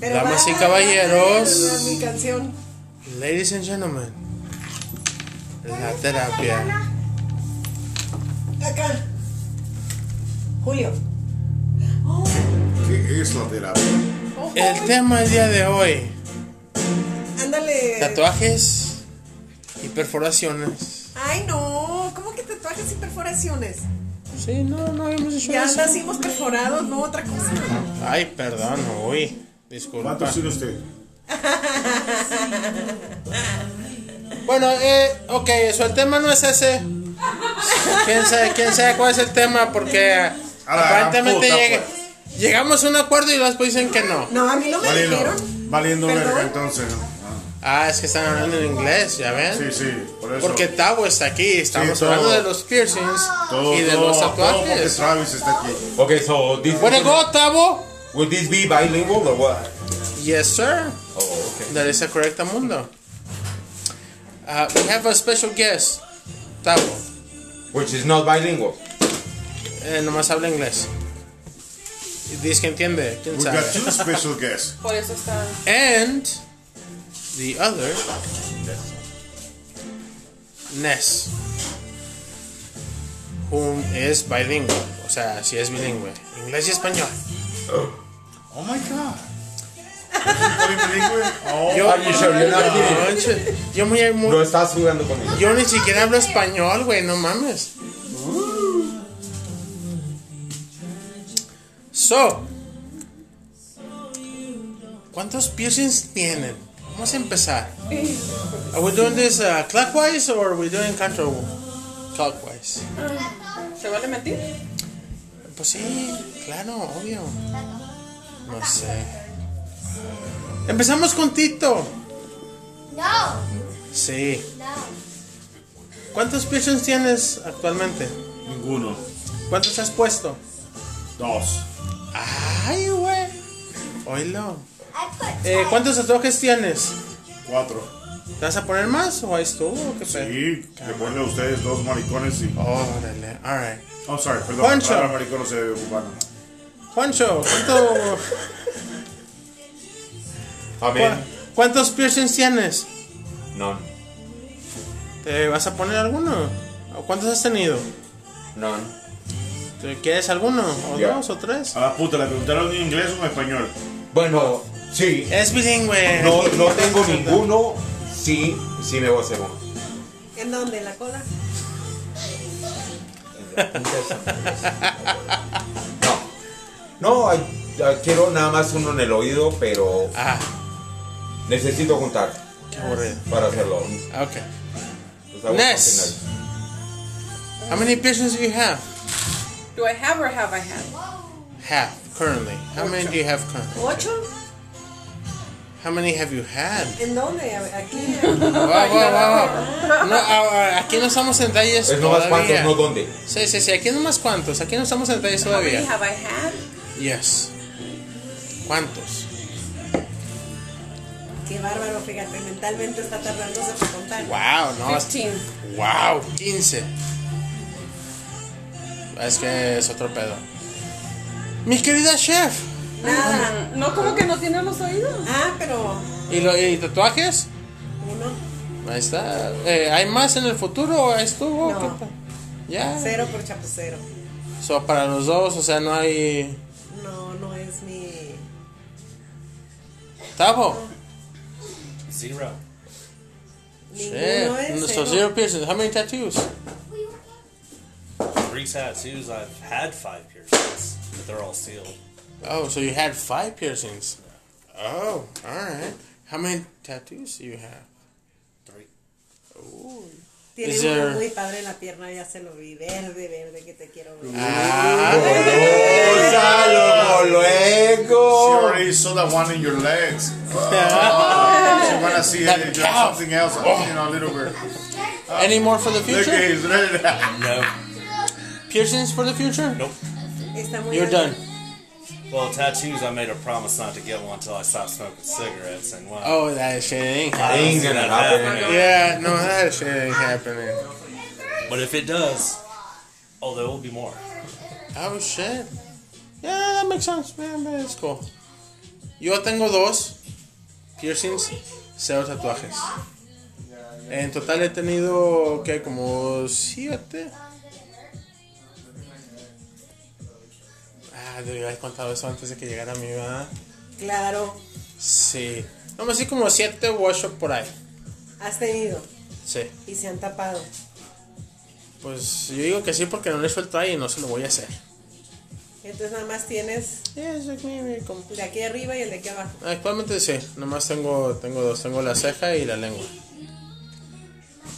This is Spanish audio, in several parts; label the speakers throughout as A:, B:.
A: Pero
B: Damas y
A: va,
B: caballeros.
A: Mi canción.
B: Ladies and gentlemen, la terapia.
A: Acá. Julio.
C: ¿Qué es la terapia?
B: El tema del día de hoy,
A: Ándale.
B: tatuajes y perforaciones.
A: Ay, no. ¿Cómo que tatuajes y perforaciones?
B: Sí, no, no habíamos hecho
A: Ya
B: eso.
A: nacimos perforados, no otra cosa.
B: Ay, perdón, uy, disculpa.
C: ¿Cuántos tiene usted?
B: Bueno, eh, ok, eso, el tema no es ese. ¿Quién sabe, quién sabe cuál es el tema? Porque
C: la
B: aparentemente
C: puta, pues.
B: llega- llegamos a un acuerdo y después dicen que no.
A: No, a mí no me
C: Valiendo,
A: dijeron.
C: valiendo
A: ¿Perdón?
C: verga, entonces. ¿no? Ah,
B: Ah, es que están hablando en inglés, ¿ya ven?
C: sí, sí, por eso.
B: Porque Tavo está aquí, estamos
C: Sí, todo.
B: hablando de los piercings
C: todo,
B: y de
C: todo,
B: los
C: todo porque
B: tatuajes.
C: Travis está aquí.
D: Okay, so this
B: Wanna go, Tavo?
D: will this be bilingual or what?
B: Yes, sir.
D: Oh, okay.
B: That is a correct mundo. Uh, we have a special guest, Tavo.
D: Which is not bilingual.
B: Eh, nomás habla inglés. Dice que entiende, quién
C: We
B: sabe.
C: got two special guests.
E: Por eso está.
B: And the other, Ness, whom is bilingual. O sea, si es bilingüe, inglés y español.
C: Oh my god. Oh,
B: Yo,
D: Are you sure you're not kidding?
B: Manche, yo muy- muy-
D: No estás jugando conmigo.
B: yo ni siquiera hablo español, güey, no mames. So, ¿cuántos piercings tienen? Vamos a empezar. Are we doing this uh, clockwise or are we doing counter clockwise?
E: ¿Se vale mentir?
B: Pues sí, claro, obvio. No sé. Empezamos con Tito.
F: No,
B: Sí.
F: no.
B: ¿Cuántos piercings tienes actualmente?
C: Ninguno.
B: ¿Cuántos has puesto?
C: Dos.
B: Ay, güey. Oílo.
F: I put
B: Eh, ¿Cuántos tatuajes tienes?
C: Cuatro.
B: ¿Te vas a poner más o ahí estuvo? ¿Qué pedo?
C: Sí, le ponen a ustedes dos maricones y.
B: Órale, alright.
C: I'm sorry, perdón.
B: Juancho.
C: Ahora maricón no se ve cubano.
B: Juancho, ¿cuánto-
D: Amen.
B: cua- ¿cuántos piercings tienes?
D: None.
B: ¿Te vas a poner alguno? ¿O cuántos has tenido?
D: None.
B: ¿Te quieres alguno? ¿O
D: Ya.
B: dos o tres?
C: A la puta, le preguntaron en inglés o en español.
D: Bueno, sí.
B: Es bilingüe.
D: No, no tengo ninguno. Sí, sí me voy a hacer uno.
A: ¿En dónde? ¿En la cola?
D: No, no, ay, ay, quiero nada más uno en el oído, pero
B: Ah,
D: necesito juntar
B: qué aburrido.
D: para hacerlo.
B: Ah, Okay.
D: Los hago
B: Next.
D: al
B: How many piercings do you have?
E: Do I have or have I had?
B: Have currently. How many do you have currently?
A: ¿Ocho?
B: How many have you had?
A: ¿En dónde? A- Aquí.
B: Wow, wow, wow. No, ah, ah, aquí no estamos en detalles
D: final. Es nomás cuántos,
B: todavía.
D: no dónde.
B: Sí, sí, sí. Aquí nomás cuántos. Aquí no estamos en detalles
E: How many
B: todavía.
E: have I had?
B: Yes. ¿Cuántos?
A: Qué bárbaro, fíjate. Mentalmente está tardándose por contar.
B: Wow, no. es-
E: 15.
B: Wow, 15. Es que es otro pedo. Mi querida chef.
A: Nada.
E: No, como que no tiene los oídos.
A: Ah, pero
B: ¿Y, lo, y tatuajes?
A: uno,
B: Ahí está. Eh, ¿Hay más en el futuro? Ahí estuvo.
A: No.
B: ¿Qué tal? Ya.
A: cero por chapucero.
B: So, para los dos, o sea, no hay.
A: No, no es mi.
B: Tavo.
G: Zero.
A: Ninguno
B: Shit.
A: es.
B: So,
A: cero.
B: zero piercings. How many tattoos?
G: Three tattoos. I've had five piercings, but they're all sealed.
B: Oh, so you had five piercings. Oh, alright. How many tattoos do you have?
G: Three.
B: Ooh.
A: Tiene
B: Is
A: uno
B: there-
A: muy padre en la pierna, ya se lo vi. Verde, verde, que te quiero ver.
B: Ah,
D: Gonzalo,
C: She
D: Oh, luego.
C: already saw that one in your legs. She wanna see
B: That
C: it,
B: cow.
C: eh, something else, you know, a little bit.
B: Any more for the
C: Look
B: future?
C: at his red.
G: No.
B: Piercings for the future?
G: Nope.
A: Está muy
B: You're done.
A: alto.
G: Well, tattoos. I made a promise not to get one until I stopped smoking cigarettes, and wow.
B: Oh, that shit ain't happening.
G: I don't
D: Ain't
G: see
D: gonna
G: that
D: happen.
G: happening.
B: Yeah, no, that shit ain't happening.
G: But if it does, oh, there will be more.
B: Ah, Oh, shit. Yeah, that makes sense, man, but it's cool. Yo tengo dos piercings, cero tatuajes. En total he tenido, ¿qué? Como siete. Ah, debí haber contado eso antes de que llegara mi mamá.
A: Claro,
B: Sí. No, así como siete u ocho por ahí.
A: has tenido
B: Sí.
A: y se han tapado.
B: Pues yo digo que sí porque no le suelto ahí y no se lo voy a hacer.
A: Entonces nada más tienes
B: Yes, like maybe, como-
A: el de aquí arriba y el de aquí abajo.
B: Actualmente sí, nomás tengo, tengo dos, tengo la ceja y la lengua.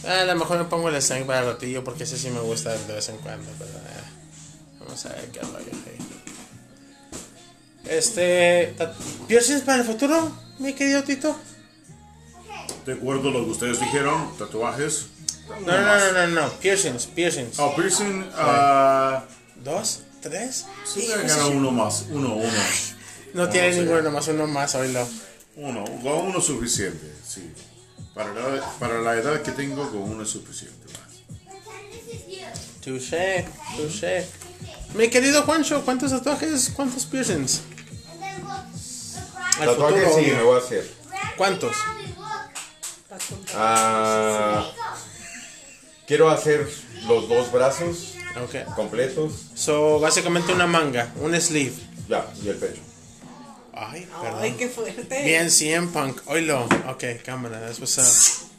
B: Ah, a lo mejor me pongo el slang para el ratillo porque ese sí me gusta de vez en cuando, pero eh, vamos a ver qué rollo ahí. Este, ta- ¿piercings para el futuro, mi querido Tito?
C: De acuerdo a lo que ustedes dijeron, tatuajes.
B: No, no, no, no, no, piercings, piercings.
C: Oh, piercing. ah,
B: ¿Dos? ¿Tres?
C: sí, voy a ganar uno más. Uno, uno.
B: No tiene
C: sí.
B: ninguno, nomás uno más, oílo.
C: Uno, con uno es suficiente, sí. Para la, para la edad que tengo, con uno es suficiente. más.
F: Pretend this is you.
B: Touché, touché. Mi querido Juancho, ¿cuántos tatuajes, cuántos piercings?
F: And then look. Look
B: Al
F: right.
D: Tatuaje
B: futuro,
D: sí
B: obvio.
D: me voy a hacer.
F: Wrap it
B: ¿Cuántos?
F: around and look.
D: Ah,
F: There
D: quiero hacer los dos brazos
F: you go.
B: Ok.
D: completos.
B: So, básicamente una manga, un sleeve.
D: Ya, y el pecho.
B: Ay,
A: Ay,
B: perdón.
A: qué fuerte.
B: Bien, CM Punk. Oilo. Ok, cámara, pues, eh, that's what's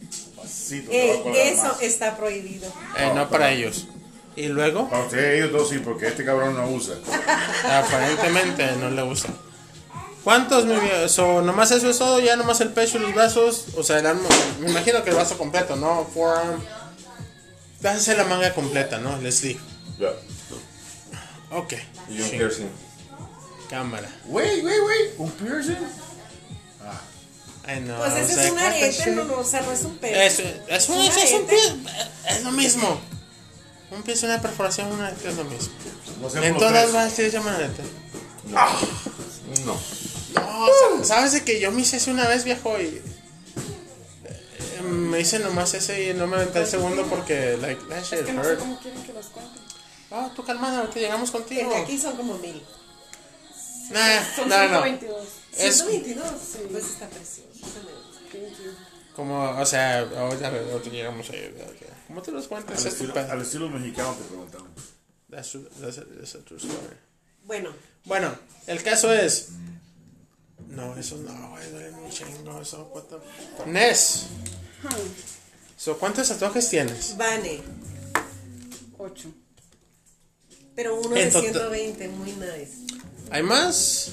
B: up.
C: Sí, te voy a
A: Eh,
C: cobrar
A: eso
C: más.
A: está prohibido.
B: Eh, no para ellos. Y luego,
C: Para ustedes, ellos dos sí, porque este cabrón no usa.
B: aparentemente no le gusta. ¿Cuántos, mi vie- So, nomás eso es todo, ya nomás el pecho y los brazos. O sea, el arma. Me imagino que el brazo completo, ¿no? Forearm. Dásese la manga completa, ¿no? El sleeve.
D: Ya.
B: Ok.
D: Y un
B: Sí.
D: piercing.
B: Cámara.
C: Wait, wait, wait. ¿Un piercing?
B: Ay, no.
A: Pues
B: o
A: ese
B: sea,
A: es un
B: ¿cuántas
A: arete,
B: shit?
A: no, no, o sea, no es un pelo.
B: Es, es, un,
A: Un
B: es, es un
A: arete.
B: pie- es lo mismo. Un pie es una perforación, una arete es lo mismo.
C: No sé
B: En
C: por
B: todas
C: qué.
B: las se llaman arete.
D: No.
B: Ah. No, sa- sabes de que yo me hice ese una vez, viejo, y eh, me hice nomás ese y no me aventé el segundo porque, like, that shit
E: Es que no sé
B: hurt.
E: cómo quieren que los cuente.
B: Ah, tú calmada, ahorita llegamos
A: El
B: contigo.
A: de aquí son como mil.
B: Nah,
E: Son
B: no, no.
E: 122.
B: Es
A: 122. Pues está precioso. ese me gusta.
E: Thank you.
B: como, o sea, ahorita, ahorita llegamos ahí. ok. ¿Cómo te los cuentas?
C: Al
B: Es tu
C: estilo,
B: pe-
C: al estilo mexicano te preguntamos.
B: That's true- that's a- that's a true story.
A: Bueno,
B: Bueno, el caso es. No, eso no, güey, duele un chingo. Eso, what the fuck. Ness,
E: Hmm.
B: so, ¿cuántos tatuajes tienes?
A: Vane.
E: Ocho.
A: Pero uno
B: En
A: de
B: total.
A: 120, muy nice.
B: ¿Hay más?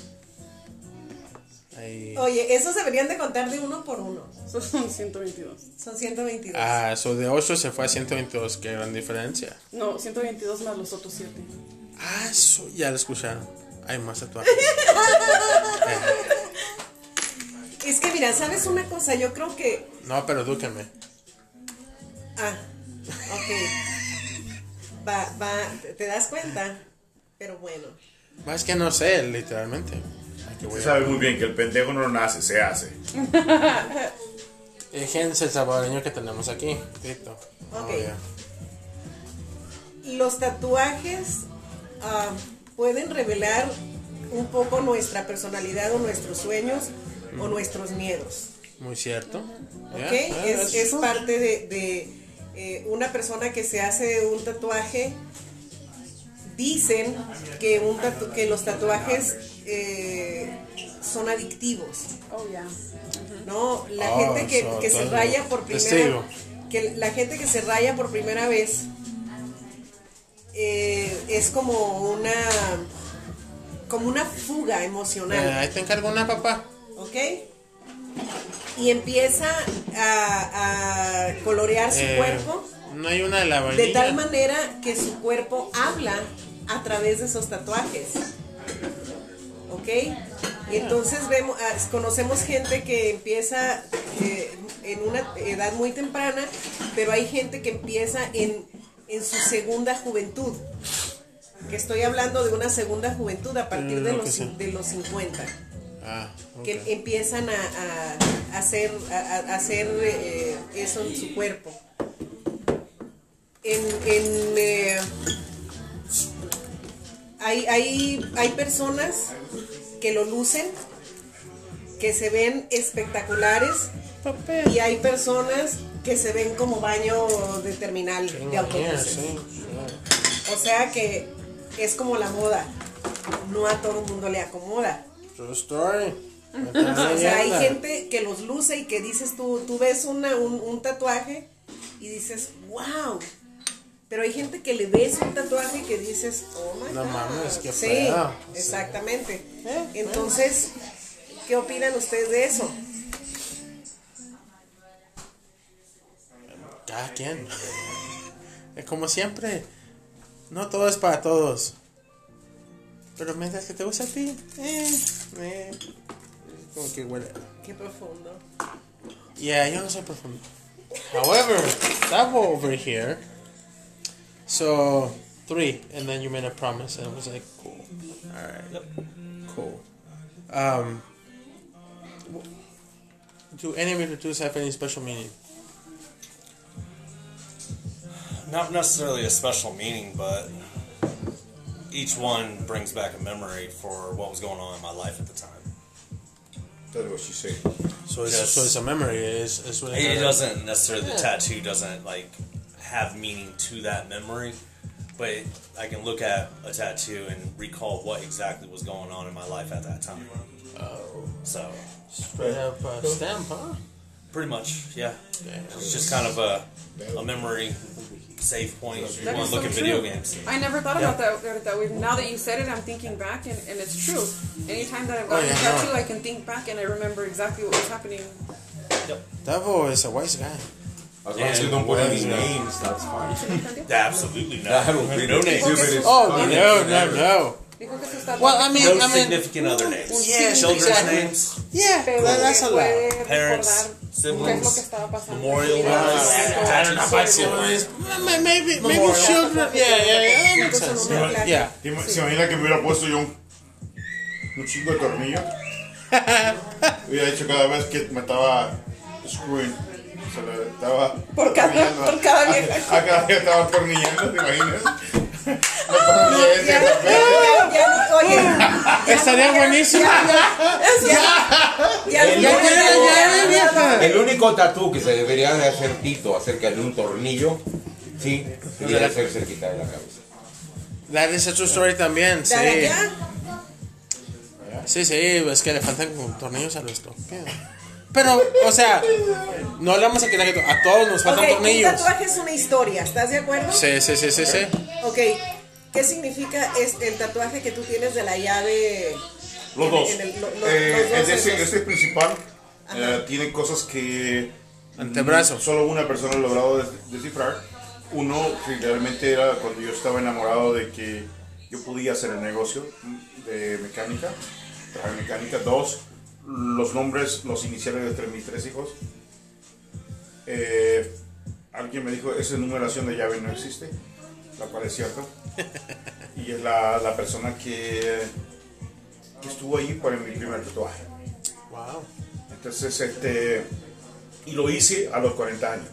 B: Hay.
A: Oye, esos deberían de contar de uno por uno.
E: Esos son 122.
A: Son 122.
B: Ah, so de 8 se fue a 122, qué gran diferencia.
E: No, 122 más los otros 7.
B: Ah, so, ya lo escucharon. Hay más tatuajes.
A: Es que mira, ¿sabes una cosa? Yo creo que.
B: No, pero edúquenme.
A: Ah, ok. Va, va, te- te das cuenta. Pero bueno.
B: Más que no sé, literalmente. Ay, qué
C: Se
B: güey.
C: sabe muy bien que el pendejo no nace, se hace.
B: Fíjense el salvadoreño que tenemos aquí. Tito. Oh,
A: Ok. Los tatuajes ah, pueden revelar un poco nuestra personalidad o nuestros sueños o nuestros miedos.
B: Muy cierto.
A: ¿ok?
B: Yeah, yeah,
A: es,
B: that's
A: es
B: true.
A: parte de, de, eh, una persona que se hace un tatuaje. Dicen que, un tatu- que los tatuajes eh, son adictivos,
E: Oh, yeah.
A: ¿no? La
B: Ah,
A: gente que,
B: so,
A: que se
B: todo.
A: raya por primera
B: Testigo.
A: que la gente que se raya por primera vez eh, es como una como una fuga emocional.
B: Eh, ahí te encargo una, papá.
A: ¿ok? Y empieza a, a colorear su
B: Eh,
A: cuerpo
B: No hay una de la vainilla.
A: de tal manera que su cuerpo habla a través de esos tatuajes, ¿ok? Y entonces vemos, ah, conocemos gente que empieza eh, en una edad muy temprana, pero hay gente que empieza en, en su segunda juventud. Que estoy hablando de una segunda juventud a partir
B: Mm,
A: de
B: lo que
A: los,
B: sea.
A: de los 50
B: Ah, ok.
A: que empiezan a, a- a hacer, a, a- a hacer eh, eso en su cuerpo. En, en, eh, hay, hay, hay personas que lo lucen que se ven espectaculares
B: Papel.
A: y hay personas que se ven como baño de terminal de
B: Yeah,
A: autobuses.
B: sí.
A: O sea que es como la moda. No a todo el mundo le acomoda.
B: True story.
A: O sea, hay
B: Leyenda.
A: gente que los luce y que dices tú, tú ves una, un, un tatuaje y dices, wow. Pero hay gente que le ves un tatuaje y que dices, oh my
B: No
A: God".
B: mames, qué
A: Sí,
B: feo.
A: exactamente. Entonces, ¿qué opinan ustedes de eso?
B: Cada quien. Eh, Como siempre, no todo es para todos. Pero mientras que te gusta a ti, eh, eh, como que huele.
A: Qué profundo.
B: Yeah, yo no soy profundo. However, that one over here. So three, and then you made a promise, and I was like, cool, all right, cool. Um, w- do any of your tattoos have any special meaning?
G: Not necessarily a special meaning, but each one brings back a memory for what was going on in my life at the time.
D: That's what she said.
B: So it's,
G: Yes.
B: so it's a memory. It's, it's really
G: It
B: not a-
G: doesn't necessarily the tattoo doesn't like have meaning to that memory, but it, I can look at a tattoo and recall what exactly was going on in my life at that time. So
B: straight up uh, stamp, huh?
G: pretty much, yeah,
B: Yeah.
G: it's just kind of a, a memory save point if you
E: That
G: want
E: is
G: to look
E: so
G: at video
E: true.
G: games.
E: I never thought
G: Yeah.
E: about that, about it that way. Now that you said it, I'm thinking back, and, and it's true. Anytime that I've
B: Oh,
E: gotten
B: yeah,
E: a tattoo,
B: no.
E: I can think back and I remember exactly what was happening.
B: Devil is a wise guy.
D: As long
G: Yeah,
D: as you don't put
G: well,
D: any
G: you know.
D: names, that's fine.
G: Absolutely not.
D: That would be
G: no
D: the
G: names.
D: stupidest
B: Oh
D: fucking
B: no,
D: thing
B: no,
D: ever.
B: no.
E: Dijo que se está
B: Well, I mean,
G: No
B: I mean,
G: significant other names.
B: yeah,
G: Children's
B: exactly.
G: names.
B: yeah,
E: pero
B: that- that's
E: que
B: a lot.
E: puede
G: Parents,
E: recordar qué es lo que
G: siblings,
E: estaba pasando.
G: memorial.
B: I don't know about siblings. Maybe, maybe, maybe children. Yeah, yeah, yeah. That makes sense. Yeah. yeah.
C: Ima- ¿Se imagina que me hubiera puesto yo un, un chingo de tornillo? hubiera hecho cada vez que me estaba screwing. Se lo estaba.
A: Por cada-
C: tornillando.
A: por cada vieja.
C: A, a cada vieja estaba tornillando, ¿te imaginas? Me tornillé ese
A: Ya,
C: papel.
A: ya no- oye,
B: Estaría buenísimo.
A: ya no-
D: Ya tiene
A: ya-
B: la llave,
A: ya-
B: vieja.
D: El único tatú que se debería de hacer Tito acerca de un tornillo, sí, debería de ser cerquita de la cabeza.
B: That is a true story también,
A: ya- ya-
B: sí.
A: ya.
B: Sí, sí, es que le faltan como tornillos a los torpedos. Pero, o sea, no le vamos a quitar que to- a todos nos faltan
A: Ok, un
B: tornillos.
A: tatuaje es una historia, ¿estás de acuerdo?
B: Sí, sí, sí, sí, sí.
A: Ok, ¿qué significa es el tatuaje que tú tienes de la llave?
C: Los
A: en-
C: dos.
A: en el- lo- lo-
C: Eh,
A: los dos
C: es decir,
A: esos.
C: este principal eh, tiene cosas que
B: Antebrazo.
C: mm, solo una persona ha logrado des- descifrar. Uno que realmente era cuando yo estaba enamorado de que yo podía hacer el negocio mm, de mecánica, trabajar en mecánica. Dos, los nombres, los iniciales de tres- mis tres hijos. Eh, alguien me dijo, esa numeración de llave no existe, la cual es cierto. Y es la, la persona que, que estuvo ahí para mi primer tatuaje.
B: Wow.
C: Entonces, este, y lo hice a los 40 años.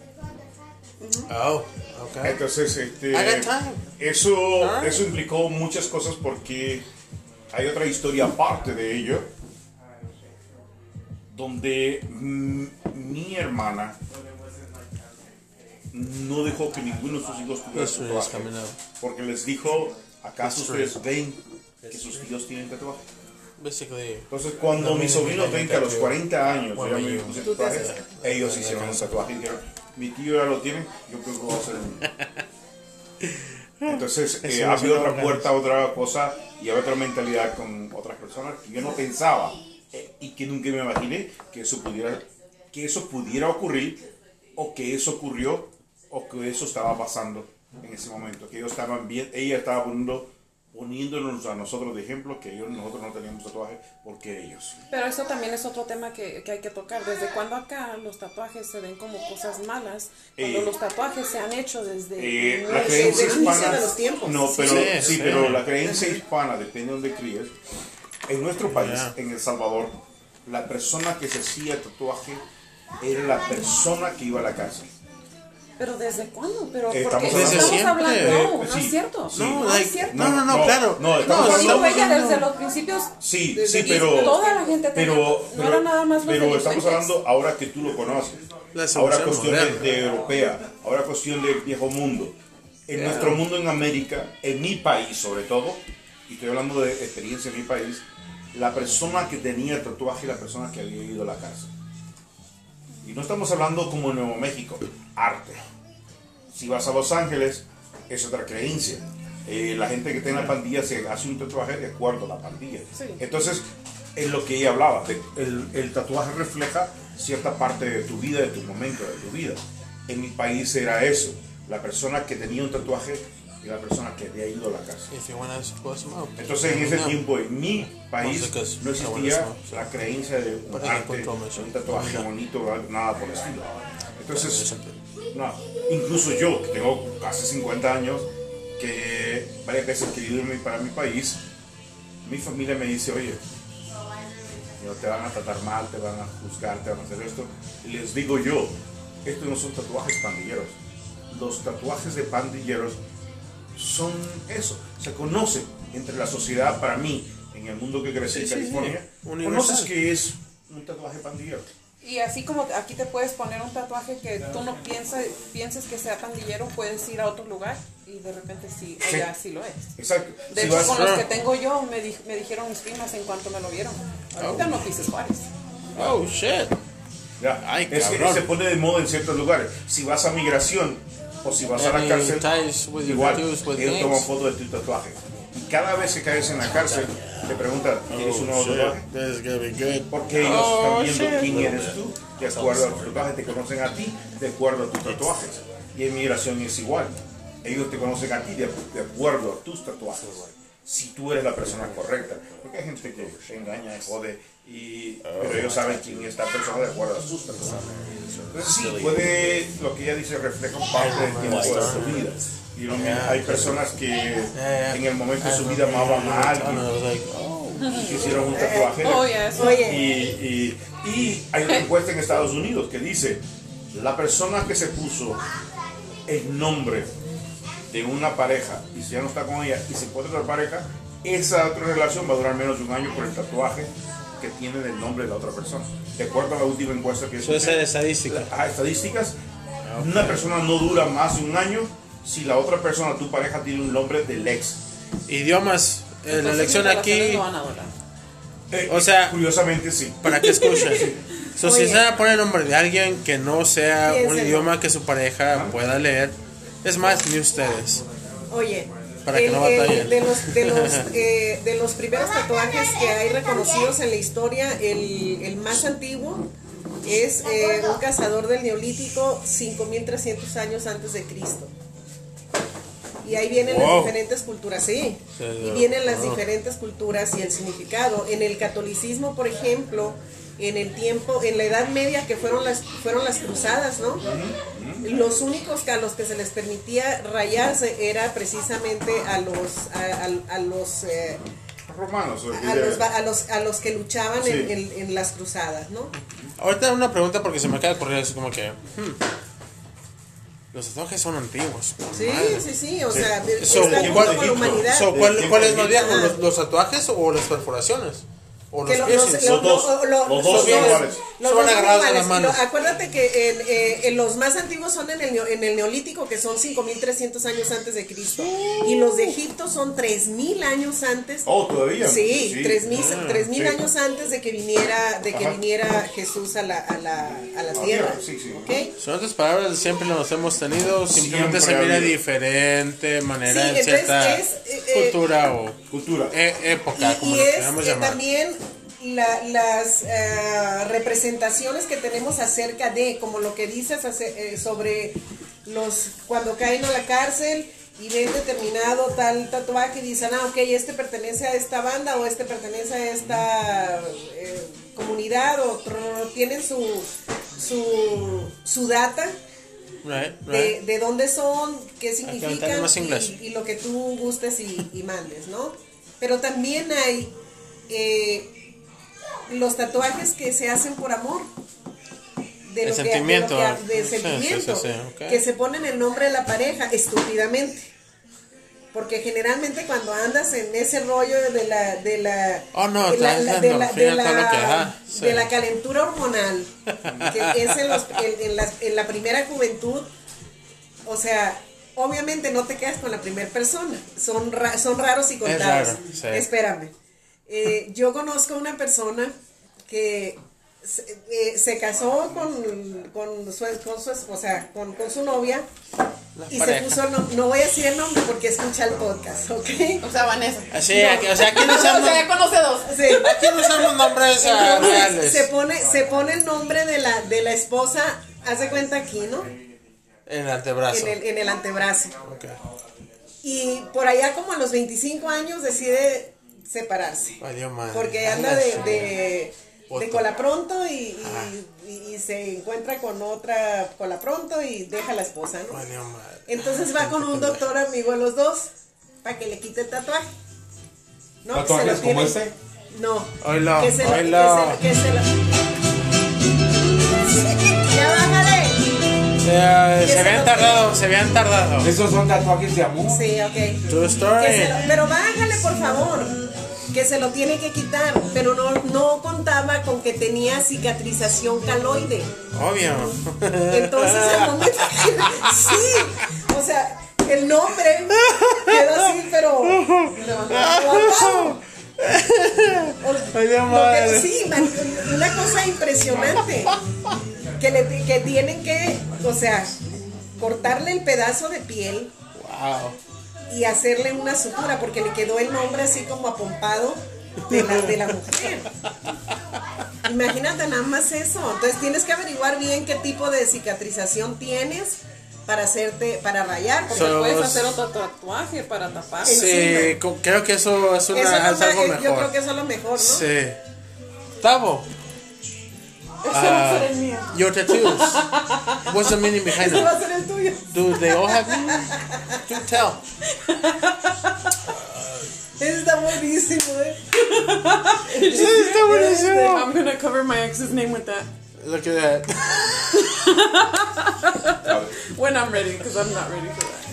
B: Oh, okay.
C: Entonces, este,
B: I got time.
C: eso,
B: Alright.
C: eso implicó muchas cosas porque hay otra historia aparte de ello, donde mm, mi hermana no dejó que ninguno de sus hijos tuviera
B: Eso es
C: tatuaje,
B: caminado.
C: porque les dijo, ¿acaso
B: History.
C: ustedes ven que sus tíos tienen tatuaje?
B: Basically,
C: Entonces, cuando mis sobrinos ven que a los 40 años
B: Bueno,
C: ya me
B: yo-
C: puse
A: Tú te
C: tatuajes,
A: haces-
C: ellos hicieron un tatuaje y dijeron, mi tío ya lo tiene, yo creo que voy a hacer el mío". Entonces, eh,
B: Eso no
C: abrió
B: se
C: otra
B: logra.
C: puerta, otra cosa y había otra mentalidad con otras personas que yo no pensaba eh, y que nunca me imaginé que eso pudiera, que eso pudiera ocurrir o que eso ocurrió o que eso estaba pasando en ese momento, que ellos estaban bien, ella estaba poniendo poniéndonos a nosotros de ejemplo que ellos, nosotros no teníamos tatuaje porque ellos.
E: Pero eso también es otro tema que, que hay que tocar. Desde cuando acá los tatuajes se ven como cosas malas, cuando
C: Eh.
E: los tatuajes se han hecho desde...
C: Eh,
E: no
C: la
E: sé,
C: creencia
E: desde-
A: el inicio
C: hispana.
A: de los tiempos.
C: No, pero
B: Sí,
C: sí,
B: sí.
C: pero la creencia hispana depende de donde críes. En nuestro país,
B: Ya.
C: en El Salvador, la persona que se hacía tatuaje era la persona que iba a la cárcel.
E: Pero ¿desde cuándo? Pero
C: Eh,
E: porque
C: estamos
E: estamos,
B: hablando- Desde siempre.
E: hablando. No,
C: Eh,
E: no
C: sí.
E: es cierto.
C: Sí.
B: No,
E: No,
B: like-
E: es cierto.
B: no, no,
C: No,
B: claro.
C: no, estamos
E: Como
B: estamos
E: dijo ella
B: hablando-
E: desde los principios.
C: Sí,
A: Desde
C: sí,
A: que
C: pero.
E: toda la gente tenía-
C: pero,
E: no
C: pero-
E: era nada más los
C: Pero estamos
E: delincuentes.
C: hablando ahora que tú lo conoces.
B: La solución
C: Ahora cuestión de,
B: moderna.
C: de europea, ahora cuestión del viejo mundo. En nuestro mundo en América, en mi país sobre todo, y estoy hablando de experiencia en mi país, la persona que tenía el tatuaje y la persona que había ido a la cárcel. Y no estamos hablando como en Nuevo México, arte. Si vas a Los Ángeles, es otra creencia. Eh, la gente que está en la pandilla se hace un tatuaje de acuerdo a la pandilla.
E: Sí.
C: Entonces, es lo que ella hablaba, de- el, el tatuaje refleja cierta parte de tu vida, de tu momento, de tu vida. En mi país era eso, la persona que tenía un tatuaje y la persona que había ido a la casa.
B: If you wanna smoke,
C: Entonces en ese
B: Ah. no.
C: tiempo en mi país
B: No sé qué
C: no
B: es, no
C: existía
B: bueno,
C: la creencia de un
B: Parece
C: arte,
B: controversial.
C: un tatuaje
B: Ya.
C: bonito, nada por el estilo. Entonces, no, incluso yo, que tengo casi 50 años, que varias veces que he ido mi- para mi país, mi familia me dice, oye, no te van a tratar mal, te van a juzgar, te van a hacer esto. Y les digo yo, estos no son tatuajes pandilleros. Los tatuajes de pandilleros son eso, se conoce entre la sociedad para mí, en el mundo que crecí
B: Sí,
C: en
B: sí,
C: California,
B: sí. Universal.
C: conoces que es un tatuaje pandillero.
E: Y así como aquí te puedes poner un tatuaje que tú no piensas, pienses que sea pandillero, puedes ir a otro lugar y de repente sí,
C: Sí.
E: allá sí lo es.
C: Exacto.
E: De
C: Si
E: hecho,
C: vas-
E: con los que tengo yo, me, di- me dijeron mis primas en cuanto me lo vieron. Ahorita no pises Juárez.
B: Oh shit.
C: Ya,
B: Ay,
C: es que
B: cabrón.
C: se pone de moda en ciertos lugares. Si vas a migración o si vas a la
B: Any
C: cárcel,
B: ties with your
C: igual,
B: tattoos, with
C: ellos
B: names.
C: toman fotos de tu tatuaje. Y cada vez que caes en la cárcel, te preguntan, ¿tienes un
B: Oh,
C: nuevo tatuaje?
B: shit. This is gonna be good.
C: Porque ellos
B: Oh,
C: están
B: shit.
C: viendo quién eres tú, de acuerdo a tu tatuaje, te conocen a ti, de acuerdo a tus tatuajes. Y en migración es igual. Ellos te conocen a ti de, de acuerdo a tus tatuajes. Si tú eres la persona correcta. Porque hay gente que se engaña, jode, y, pero ellos saben quién es la persona de acuerdo a sus tatuajes. Entonces sí, puede, lo que ella dice refleja parte del tiempo de tu vida. Y lo mismo, hay personas que en el momento de su vida amaban a
B: And I
C: alguien
B: was like, oh.
C: y se hicieron un tatuaje.
E: Oh, ya, eso.
C: Y,
A: Oye,
C: y- y hay una encuesta en Estados Unidos que dice, la persona que se puso el nombre de una pareja y si ya no está con ella y se encuentra otra pareja, esa otra relación va a durar menos de un año por el tatuaje que tiene del nombre de la otra persona. De acuerdo a la última encuesta que
B: Eso es
C: hice,
B: estadística. Ah,
C: a estadísticas, una persona no dura más de un año si la otra persona, tu pareja, tiene un nombre del ex.
B: Idiomas. En la
E: Entonces,
B: lección
E: mis relaciones
B: aquí,
E: No van a durar.
C: Eh,
B: O sea-
C: curiosamente sí.
B: para que escuchen. So, si
A: Oye.
B: se va a poner el nombre de alguien que no sea un
A: Piénselo.
B: idioma que su pareja pueda leer, es más, ni ustedes.
A: oye.
B: Para que
A: el-
B: no
A: el-
B: batallen.
A: de los de los eh, de los primeros tatuajes que hay reconocidos en la historia, el, el más antiguo es eh, un cazador del Neolítico 5300 años antes de Cristo. Y ahí vienen
B: Wow.
A: las diferentes culturas, sí.
B: Sí,
A: y vienen las
B: wow.
A: diferentes culturas y el significado. En el catolicismo, por ejemplo, en el tiempo, en la Edad Media que fueron las fueron las cruzadas, ¿no? Los únicos a los que se les permitía rayarse era precisamente a los a, a- a los eh,
C: Romanos. o
A: a los, va- a los a los que luchaban
C: Sí.
A: en, en- en las cruzadas, ¿no?
B: Ahorita una pregunta porque se me acaba de ocurrir así como que. hmm, los tatuajes son antiguos. por
A: Sí,
B: madre.
A: sí, sí, o sea,
B: So,
A: está junto
B: ¿cuál,
A: con la humanidad.
B: so, ¿cuál- cuál es más viejo?
A: Ajá.
B: ¿Los, los tatuajes o las perforaciones? ¿O los
A: Que lo-
B: piercings?
A: lo-
C: Los dos,
A: lo- lo-
C: los dos
A: los-
C: son iguales.
A: los
B: Son
A: dos son
B: agarrados de la
A: iguales.
B: mano.
A: Lo- acuérdate que en, eh, en los más antiguos son en el, neo- en el Neolítico, que son 5.300 años antes de Cristo. Y los de Egipto son 3.000 años antes.
C: Oh, todavía.
A: Sí, 3000
B: Ah,
A: 3000
C: sí.
A: años antes de que viniera de que
C: Ajá.
A: viniera Jesús a la, a la, a la
C: la
A: tierra.
C: tierra, sí, sí.
A: ¿Ok?
B: Son otras palabras, siempre los hemos tenido, simplemente
C: Siempre
B: se mira
C: ha
B: de
C: habido.
B: diferente manera
A: Sí,
B: en
A: entonces
B: cierta
A: es, eh, eh,
B: cultura o
C: Cultura. Eh,
B: e- época,
A: Y,
B: como
A: y
B: lo
A: es
B: queramos
A: eh,
B: llamar.
A: también la- las eh, representaciones que tenemos acerca de, como lo que dices ace- eh, sobre los cuando caen a la cárcel y ven determinado tal tatuaje y dicen, ah, ok, este pertenece a esta banda o este pertenece a esta eh, comunidad o tro- tienen su, su, su data
B: Right,
A: de,
B: right.
A: de dónde son, qué significan
B: más inglés.
A: y, y lo que tú gustes y, y mandes, ¿no? Pero también hay eh, los tatuajes que se hacen por amor. de
B: El
A: lo que- de
B: sentimiento. ah,
A: lo que- de
B: Sí,
A: sentimiento,
B: sí, sí, sí, ok.
A: que se ponen el nombre de la pareja estúpidamente. Porque generalmente cuando andas en ese rollo de la de la
B: Oh, no,
A: de la,
B: estás
A: la- de
B: dando
A: la-
B: fin
A: de
B: a
A: la-
B: todo lo que- ajá, sí.
A: de la calentura hormonal que es en, los- en- en las- en la primera juventud, o sea, obviamente no te quedas con la primera persona, son ra- son raros y contados.
B: raro, sí.
A: Espérame, Eh, yo conozco una persona que se, eh, se casó con, con su, con su esp- o sea, con, con su novia y
B: pareja.
A: se puso, el nom- no voy a decir el nombre porque escucha el podcast, ¿ok? Sí.
E: O sea, Vanessa.
B: Así, aquí- o sea, aquí no
E: o
B: usamos,
E: sea, ya conoce dos.
B: aquí no usamos nombres ah,
A: Entonces,
B: reales.
A: se pone, se pone el nombre de la, de la esposa, hace cuenta aquí, ¿no?
B: En el antebrazo.
A: En el, en el antebrazo.
B: Ok.
A: Y por allá como a los 25 años decide separarse.
D: Ah,
B: Ay, Dios, madre.
A: Porque
B: Ay,
A: anda
B: la
A: de,
B: chingada.
A: de, de
B: Voto.
A: colapronto y, y, y- y se encuentra con otra colapronto y deja a la esposa, ¿no?
B: Ay, Dios, madre.
A: Entonces va con un doctor amigo a los dos para que le quite el tatuaje. No, que se lo
D: ¿Tatuajes
A: tiene-
D: como este?
A: No.
B: Oilo,
A: que se lo-
B: oilo.
A: Que se lo- que se lo- Ya bájale.
B: Eh,
A: Ese
B: se habían
A: no-
B: tardado, se habían tardado.
D: Esos son tatuajes de amor.
A: Sí, ok.
B: True
A: Que se
B: story.
A: lo- pero bájale, por favor. Que se lo tiene que quitar. Pero no, no contaba con que tenía cicatrización caloide.
B: Obvio.
A: Entonces, al momento que- Sí. O sea, el nombre quedó así, pero. levantado. O-
B: Ay, Dios,
A: lo que-
B: madre.
A: sí, man- una cosa impresionante. Que, le, que tienen que, o sea, cortarle el pedazo de piel
B: Wow.
A: y hacerle una sutura porque le quedó el nombre así como apompado de la, de la mujer. Imagínate nada más eso. Entonces tienes que averiguar bien qué tipo de cicatrización tienes para hacerte, para rayar. porque
E: Porque
B: So-
E: puedes hacer otro tatuaje para tapar.
A: Sí.
B: Sí,
A: Encima.
B: co- creo que eso es, una,
A: eso no
B: es algo
A: es-
B: mejor.
A: yo creo que eso es lo mejor, ¿no?
B: Sí. Tavo, Ah,
E: Ese va a ser el mío.
B: your tattoos. What's the meaning behind
E: Ese va
B: them?
E: a ser el tuyo.
B: Do they all have meaning? Do tell.
A: Eso está buenísimo, ¿eh?
B: Sí, está buenísimo.
E: I'm gonna cover my ex's name with that.
B: Look at that.
E: When I'm ready, because I'm not ready for that.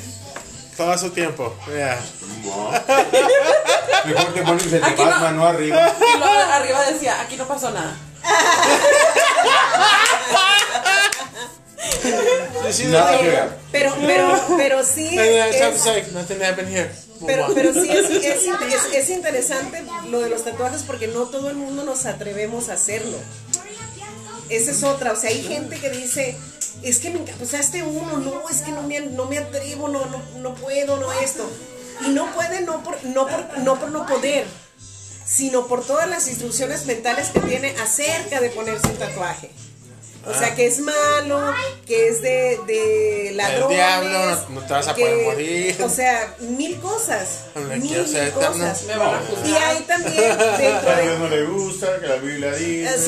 B: Todo su tiempo. Yeah.
D: Mejor te pones el de
E: Aquí no.
D: Batman, no arriba.
E: Y luego arriba decía, aquí no pasó nada.
B: You see
D: Nada
B: that?
D: que ver.
A: Pero, pero, pero sí.
B: And then it
A: es-
B: sounds like nothing happened here. Move
A: Pero,
B: on.
A: pero sí es, es, inter- es- es interesante lo de los tatuajes porque no todo el mundo nos atrevemos a hacerlo. Esa es otra, o sea, hay gente que dice, es que me enca- pues hazte uno, no, es que no me, no me atrevo, no, no, no puedo, no esto. Y no puede, no por, no por, no por no poder, sino por todas las instrucciones mentales que tiene acerca de ponerse un tatuaje. O
B: Ah.
A: sea, que es malo, que es de, de ladrones.
B: diablo, no- no te vas a poder morir.
A: O sea, mil cosas.
B: Hombre,
A: mil,
B: quiero
A: mil
B: ser eterno.
A: cosas.
E: Me van a juzgar.
A: Y hay también dentro
C: A Dios
A: de...
C: no le gusta, que la Biblia
A: eh,
C: dice.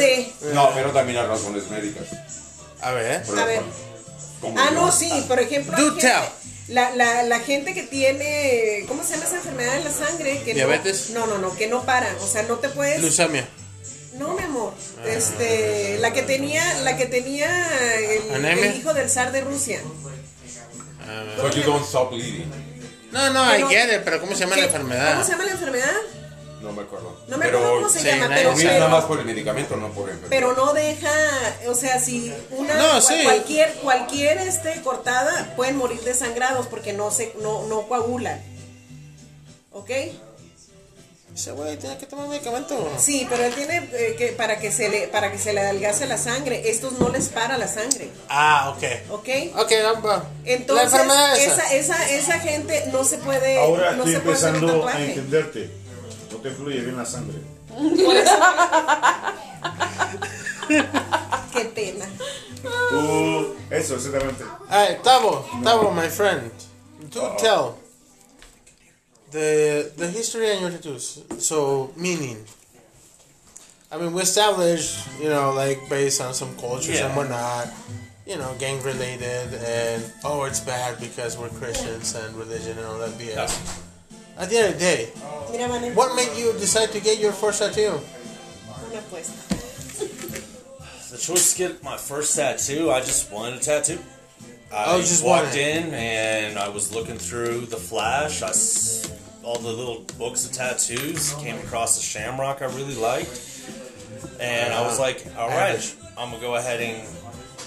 A: Sí,
D: No, pero también hay razones médicas.
B: A ver.
D: Por
A: a ver.
D: ejemplo, como
A: Ah,
D: yo.
A: no, sí, por ejemplo... hay
B: Do
A: gente-
B: tell.
A: La, la, la gente que tiene, ¿cómo se llama esa enfermedad de la sangre? Que no-
B: ¿Diabetes?
A: No, no, no, que no para, o sea, no te puedes...
B: Leucemia.
A: No, mi amor.
B: Ah.
A: Este, la que tenía, la que tenía el,
B: ¿Anemia?
A: el hijo del zar de Rusia.
D: But you don't stop bleeding.
B: No, no, I
A: Pero-
B: get it, pero ¿cómo se llama la
A: ¿Qué?
B: enfermedad?
A: ¿Cómo se llama la enfermedad?
D: No me acuerdo.
A: No me
D: pero,
A: acuerdo cómo se
B: sí,
A: llama,
B: nadie
A: pero,
B: sabe.
D: Mira, nada
A: pero,
D: más por el medicamento, no por enfermedad.
A: pero no deja, o sea, si una
B: No,
A: cual-
B: sí.
A: cualquier cualquier este cortada pueden morir desangrados porque no se no no coagulan. ¿Ok?
B: Ese güey tiene que tomar medicamento.
A: Sí, pero él tiene eh, que para que se le para que se le adelgace la sangre. Estos no les para la sangre,
B: Ah, ok.
A: ¿ok?
B: Ok, vamos.
A: Entonces,
B: la enfermedad esa.
A: esa esa esa gente no se puede
C: Ahora
A: no
C: estoy
A: se puede hacer un
C: empezando a
A: tatuaje.
C: entenderte. No te fluye bien la sangre.
A: Qué pena.
C: Uh, eso, exactamente.
B: Hey, Tavo, Tavo, my friend, do tell the the history and your tattoos. So meaning. I mean, we established, you know, like based on some cultures
G: Yeah.
B: and whatnot, you know, gang related, and oh, it's bad because we're Christians and religion and all that BS. At the end of the day,
A: Mira, Vanessa,
B: what made you decide to get your first tattoo?
A: una apuesta.
G: the choice to get my first tattoo, I just wanted a tattoo. I
B: Oh, just
G: walked
B: wanted.
G: in and I was looking through the flash. I s- all the little books of tattoos came across a shamrock I really liked, and I was like, "All
B: Uh, Average.
G: right, I'm gonna go ahead and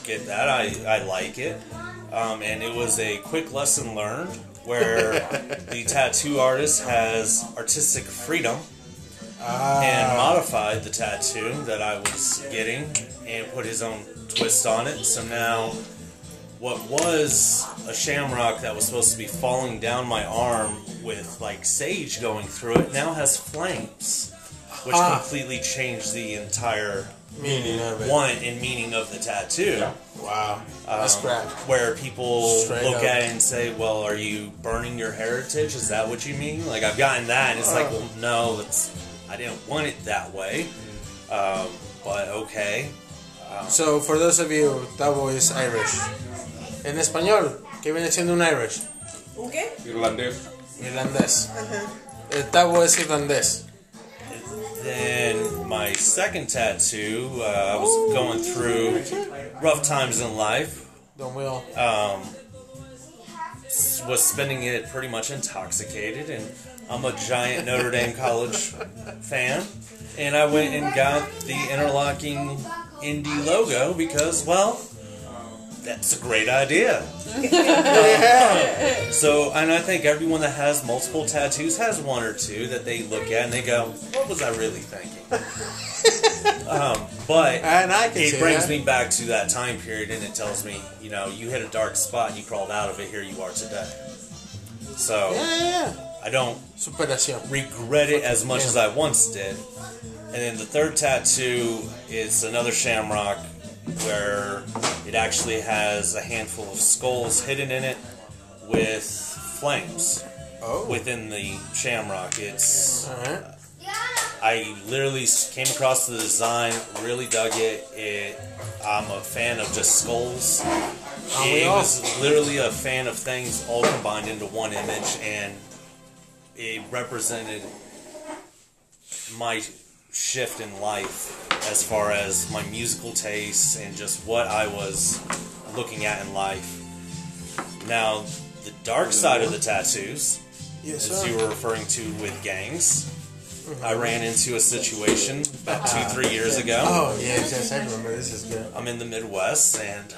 G: get that. I I like it." Um, and it was a quick lesson learned where the tattoo artist has artistic freedom and modified the tattoo that I was getting and put his own twist on it. So now, what was a shamrock that was supposed to be falling down my arm with like sage going through it now has flames, which
B: Ah.
G: completely changed the entire
B: Meaning of it.
G: want and meaning of the tattoo.
B: Wow. That's crap.
G: Where people
B: Straight
G: look
B: up.
G: at it and say, "Well, are you burning your heritage? Is that what you mean?" Like I've gotten that, and it's like, "Well, no, it's I didn't want it that way." Um, but okay,
B: So, for those of you, Tabo is Irish. En español, ¿qué viene siendo un Irish?
A: ¿Un qué?
D: Irlandés.
B: Irlandés. Eh, El Tabo es irlandés.
G: then my second tattoo, uh, I was going through rough times in life. Um,
B: Don Will.
G: was spending it pretty much intoxicated, and I'm a giant Notre Dame College fan. And I went and got the interlocking Indy logo because, well, that's a great idea. So, and I think everyone that has multiple tattoos has one or two that they look at and they go, "What was I really thinking?" um, but
B: And I can
G: it
B: see
G: brings
B: that.
G: me back to that time period and it tells me, you know, you hit a dark spot and you crawled out of it, here you are today. So
B: Yeah, yeah, yeah.
G: I don't
B: Superación.
G: regret it as much
B: Yeah.
G: as I once did. And then the third tattoo is another shamrock where it actually has a handful of skulls hidden in it with flames
B: Oh.
G: within the shamrock. It's
B: Alright.
G: I literally s- came across the design, really dug it. it I'm a fan of just skulls.
B: we
G: It
B: all?
G: was literally a fan of things all combined into one image, and it represented my shift in life as far as my musical tastes and just what I was looking at in life. Now, the dark side of the tattoos
B: Yes,
G: as you
B: sir. Mm-hmm.
G: were referring to with gangs. I ran into a situation about two, three years ago.
B: Ah, Oh, yes, yes, I remember. This is good.
G: I'm in the Midwest, and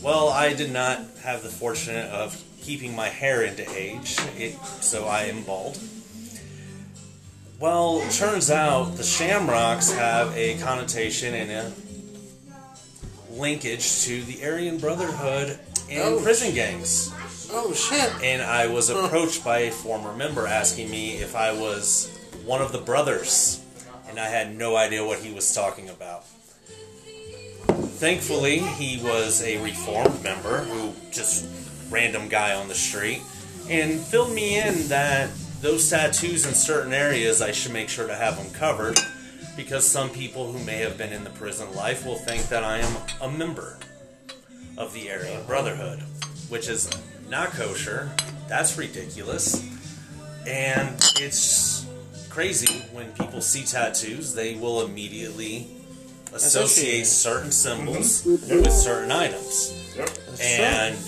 G: well, I did not have the fortune of keeping my hair into age, it, so I am bald. Well, it turns out the shamrocks have a connotation and a linkage to the Aryan Brotherhood and
B: Oh.
G: prison gangs
B: Oh, shit.
G: and I was approached by a former member asking me if I was one of the brothers, and I had no idea what he was talking about. Thankfully, he was a reformed member who just random guy on the street and filled me in that those tattoos in certain areas I should make sure to have them covered because some people who may have been in the prison life will think that I am a member of the Aryan Brotherhood, which is not kosher. That's ridiculous. And it's crazy when people see tattoos, they will immediately associate
B: Associate.
G: certain symbols
B: Mm-hmm.
G: with certain items.
C: Yep.
G: And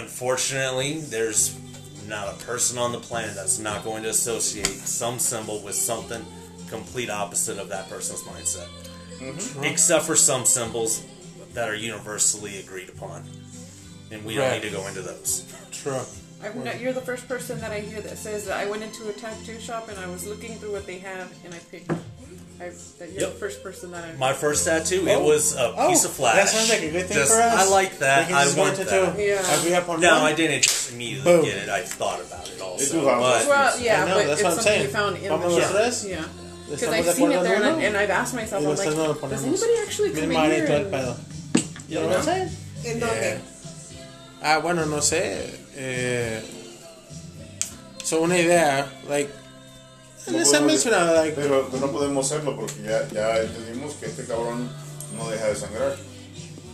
G: unfortunately, there's not a person on the planet that's not going to associate some symbol with something complete opposite of that person's mindset.
B: Mm-hmm.
G: Except for some symbols that are universally agreed upon. And we
B: Right.
G: don't need to go into those.
B: True.
E: I've no, you're the first person that I hear that says that I went into a tattoo shop and I was looking through what they have and I picked. I, that you're
G: Yep.
E: the first person that I.
G: My first tattoo, it
B: Oh.
G: was a piece of flash.
B: That sounds like a good thing
G: Just-
B: for us.
G: I like
B: We
G: that.
B: can
G: I
B: just
G: want
B: go to
G: that.
B: two.
E: Yeah.
B: Are we up on
G: No,
B: one?
G: I didn't just immediately
B: Boom.
G: get it. I thought about it
C: do
G: also.
C: have
G: But
E: well, yeah,
B: I know,
E: but
B: that's
E: it's
B: what I'm
E: something you
B: saying.
E: found in
B: Vamos
E: the
B: los
E: shop.
B: tres.
E: Yeah, because
B: ¿Estamos
E: I've
B: de
E: seen it
B: acuerdo
E: there
B: en
E: and,
B: uno?
E: I, and I've asked
B: Y
E: myself, I'm
B: los tres
E: like,
B: no lo
E: does
B: ponemos.
E: anybody actually come in
B: Bien
E: here?
B: malito el
E: And,
B: pedo.
E: you
B: ¿Lo
E: know?
B: vas a hacer?
A: ¿En dónde?
B: Ah, bueno, no sé. Eh, so, una idea, like.
C: No
B: Les
C: puedo
B: he
C: ver.
B: mencionado, like.
C: Pero no podemos hacerlo porque ya, ya entendimos que este cabrón no deja de sangrar.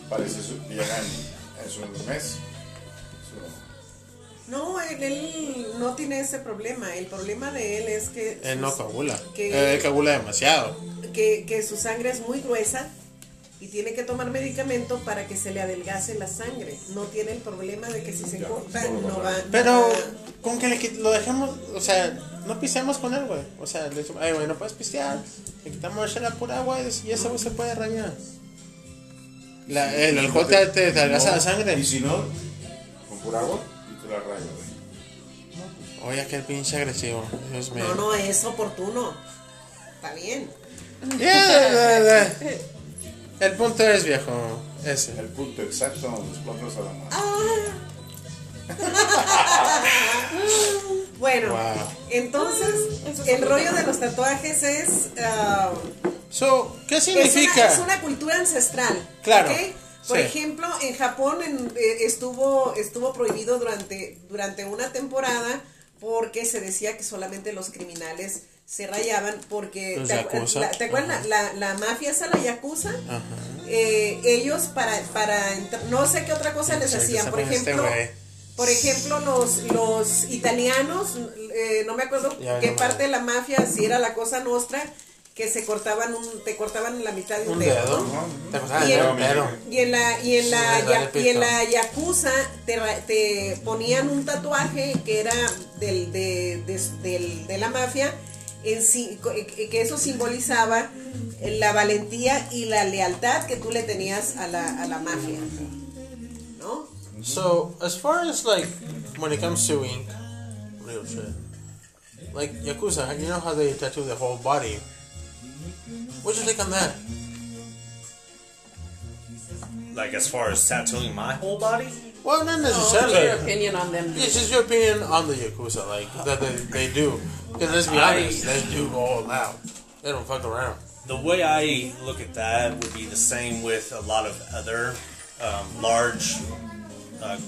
C: Parece su, ya en, en su mes. Su-
A: No, él, él no tiene ese problema. El problema de él es que,
B: Él eh, no cabula.
A: ¿Qué?
B: Él cabula demasiado.
A: sus- que que, que su sangre es muy gruesa y tiene que tomar medicamento para que se le adelgace la sangre. No tiene el problema de que si se corta no va.
B: Pero con que le quit- lo dejemos, o sea, no pisemos con él, güey. O sea, le decimos, ay, güey, no puedes pistear. Le quitamos la pura agua y y ese güey se puede rayar. La- el alcohol te, te, te adelgaza la sangre.
C: Y si no, con pura agua y te la rayo, güey.
B: Oye, aquel pinche agresivo. Dios mío.
A: No, no es oportuno. Está bien.
B: Yeah, da, da, da. eh, El punto es, viejo. Ese.
C: El punto exacto donde explotas a la mano.
E: Ah.
A: Bueno,
B: Wow.
A: entonces
E: Eso es
A: el
E: otro
A: rollo de los tatuajes es ah,
B: So, ¿qué
A: es una,
B: significa?
A: es una cultura ancestral.
B: Claro,
A: ¿ok? Por
B: sí.
A: ejemplo, en Japón en- eh, estuvo, estuvo prohibido durante, durante una temporada porque se decía que solamente los criminales se rayaban porque
B: Los
A: ¿te, acu-
B: yakuza.
A: la- ¿te acuerdas
B: Ajá.
A: la, la- la mafia esa, la yakuza?
B: Ajá.
A: Eh, ellos para, para entr- no sé qué otra cosa les
B: Sí,
A: hacían, por
B: este
A: ejemplo,
B: güey.
A: por ejemplo, los, los italianos, eh, no me acuerdo
B: Ya,
A: qué
B: no me
A: parte de la mafia, si era la cosa nostra, que se cortaban un, te cortaban la mitad de un,
B: Un
A: dedo.
B: dedo.
A: ¿no?
B: Te acordás del
A: Y el-
B: dedo, pero.
A: Y en la, y en la,
B: Sí, vale,
A: ya- y en
B: pito.
A: la yakuza te, ra- te ponían un tatuaje que era del, de, de- del- de la mafia, en sí- co- eh, que eso simbolizaba la valentía y la lealtad que tú le tenías a la, a la mafia. ¿No?
B: So, as far as like when it comes to ink, real shit. Like Yakuza, you know how they tattoo the whole body. What's your take on that?
G: Like as far as tattooing my whole body,
B: Well, not
E: What's your
B: necessarily.
E: opinion on them?
B: It's just your opinion on the Yakuza, like that they, they do. Because let's be honest, they do go all out. They don't fuck around.
G: the way I look at that would be the same with a lot of other um, large, uh,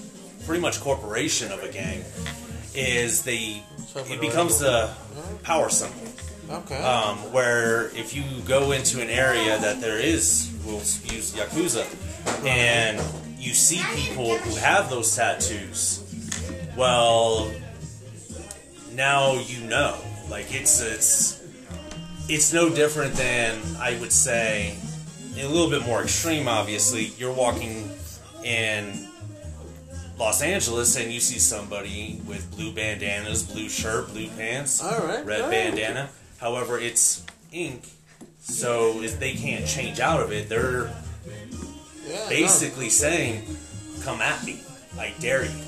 G: pretty much corporation of a gang. Is they it becomes the power symbol.
B: Okay.
A: Uh,
G: um, where if you go into an area that there is, we'll use Yakuza, and you see people who have those tattoos, well, now you know. Like it's it's it's no different than I would say a little bit more extreme. Obviously, you're walking in Los Angeles and you see somebody with blue bandanas, blue shirt, blue pants,
B: All right,
G: red
B: all right.
G: bandana. However, it's ink, so if they can't change out of it. They're
B: yeah,
G: basically saying, "Come at me, I dare you."